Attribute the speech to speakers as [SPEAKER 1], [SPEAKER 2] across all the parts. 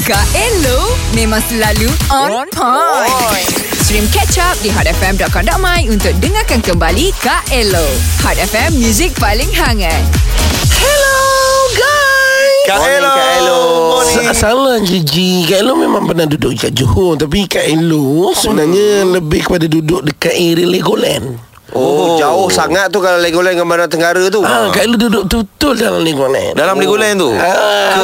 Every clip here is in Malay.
[SPEAKER 1] Kak Elo memang selalu on point. Stream catch up di hotfm.com.my untuk dengarkan kembali Kak Elo. Hot FM, music paling hangat. Hello guys!
[SPEAKER 2] Kak
[SPEAKER 3] Morning,
[SPEAKER 2] Elo.
[SPEAKER 3] Kak Elo.
[SPEAKER 2] Morning.
[SPEAKER 4] Sa- Salah Gigi Kak Elo memang pernah duduk dekat Johor Tapi Kak Elo Sebenarnya Lebih kepada duduk Dekat area Legoland
[SPEAKER 3] Oh, jauh sangat tu kalau Legoland dengan Bandar Tenggara tu. Oh.
[SPEAKER 4] Ah, Kak Elo duduk betul dalam Legoland Ah.
[SPEAKER 2] Dalam Legoland tu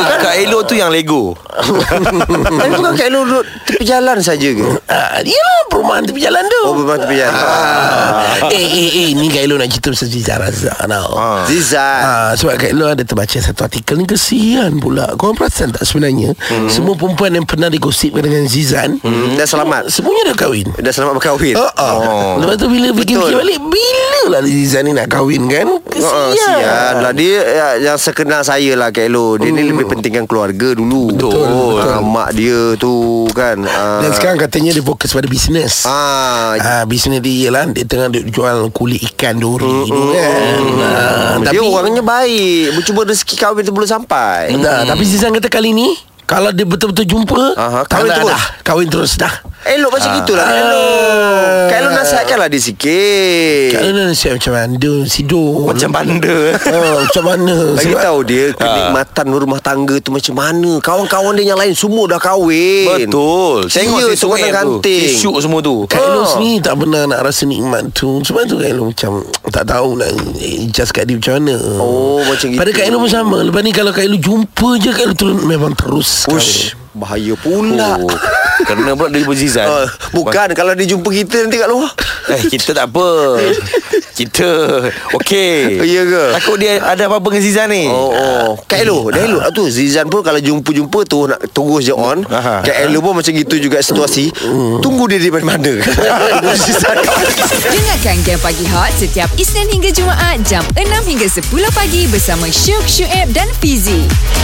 [SPEAKER 2] Ke Kak Elo tu yang Lego
[SPEAKER 3] Ah. Tapi bukan Kak Elo duduk tepi jalan saja ke?
[SPEAKER 4] ah, Yelah perumahan tepi jalan tu
[SPEAKER 3] Oh, memang tepi jalan.
[SPEAKER 4] ah. Eh eh eh Ni Kak Elo nak cerita Pasal Ziza Razak tau ah.
[SPEAKER 3] Zizat.
[SPEAKER 4] Ah, sebab Kak Elo ada terbaca satu artikel ni Kesian pula Korang perasan tak sebenarnya hmm. Semua perempuan yang pernah digosipkan dengan Zizan hmm.
[SPEAKER 3] Dah selamat.
[SPEAKER 4] Semuanya dah kahwin
[SPEAKER 3] Dah selamat berkahwin.
[SPEAKER 4] Uh, uh.
[SPEAKER 2] Oh.
[SPEAKER 4] Oh. Lepas tu bila fikir-fikir
[SPEAKER 3] Ah, Betul.
[SPEAKER 4] balik Bila lah Aziza ni nak kahwin kan
[SPEAKER 3] Oh,
[SPEAKER 4] Kesian
[SPEAKER 3] sian lah Dia ya, yang sekenal saya lah Kak Elo Dia ni
[SPEAKER 4] Hmm.
[SPEAKER 3] lebih pentingkan keluarga dulu
[SPEAKER 2] Betul,
[SPEAKER 3] Ah, Mak dia tu kan ah.
[SPEAKER 4] Dan sekarang katanya dia fokus pada bisnes ah.
[SPEAKER 3] ah,
[SPEAKER 4] bisnes dia ialah Dia tengah duk jual kulit ikan duri tu kan ah,
[SPEAKER 3] Dia orangnya baik Bercuba rezeki kahwin tu belum sampai
[SPEAKER 2] Hmm.
[SPEAKER 4] nah, Tapi Zizan kata kali ni Kalau dia betul-betul jumpa
[SPEAKER 3] Aha,
[SPEAKER 4] tak
[SPEAKER 3] kahwin
[SPEAKER 4] nak
[SPEAKER 3] terus.
[SPEAKER 4] dah, Kahwin terus dah
[SPEAKER 3] Elok macam
[SPEAKER 2] Ah.
[SPEAKER 3] gitulah Kak Elo Kak Elo nasihatkanlah dia sikit
[SPEAKER 2] Kan
[SPEAKER 4] Kalau nak nasihat macam mana Sidor
[SPEAKER 2] Macam bandar
[SPEAKER 4] Ah, Macam mana
[SPEAKER 3] Bagi
[SPEAKER 4] Sebab-
[SPEAKER 3] tahu
[SPEAKER 2] Ah.
[SPEAKER 3] dia kenikmatan rumah tangga tu macam mana. Kawan-kawan dia yang lain semua dah kahwin.
[SPEAKER 2] Betul
[SPEAKER 3] Tengok dia tu
[SPEAKER 2] app
[SPEAKER 3] kan kanting.
[SPEAKER 2] Isu lah. semua tu
[SPEAKER 4] Kak
[SPEAKER 3] Oh.
[SPEAKER 4] Elo sendiri tak pernah nak rasa nikmat tu Sebab tu Kak Elo macam Tak tahu nak Adjust kat dia macam mana
[SPEAKER 3] Oh, macam
[SPEAKER 4] Pada
[SPEAKER 3] gitu.
[SPEAKER 4] Kak Elo pun sama Lepas ni kalau Kak Elo jumpa je Kak Elo turun Memang terus
[SPEAKER 3] Ush, bahaya pula.
[SPEAKER 2] Oh, Kerana pula dia berzizan
[SPEAKER 3] Oh. Bukan kalau dia jumpa kita nanti kat luar.
[SPEAKER 2] Eh, kita tak apa Kita Okey
[SPEAKER 3] Ya ke?
[SPEAKER 2] Takut dia ada apa-apa dengan Zizan ni
[SPEAKER 3] Oh, oh. Kak Elo, dah Elo. Ah, tu Zizan pun kalau jumpa-jumpa tu nak terus je on.
[SPEAKER 2] Aha. Hmm.
[SPEAKER 3] Kak Elo pun macam gitu juga situasi. Tunggu dia di mana-mana. Zizan
[SPEAKER 1] Dengarkan Game Pagi Hot setiap Isnin hingga Jumaat jam 6 hingga 10 pagi bersama Syuk, Syuib dan Fizi.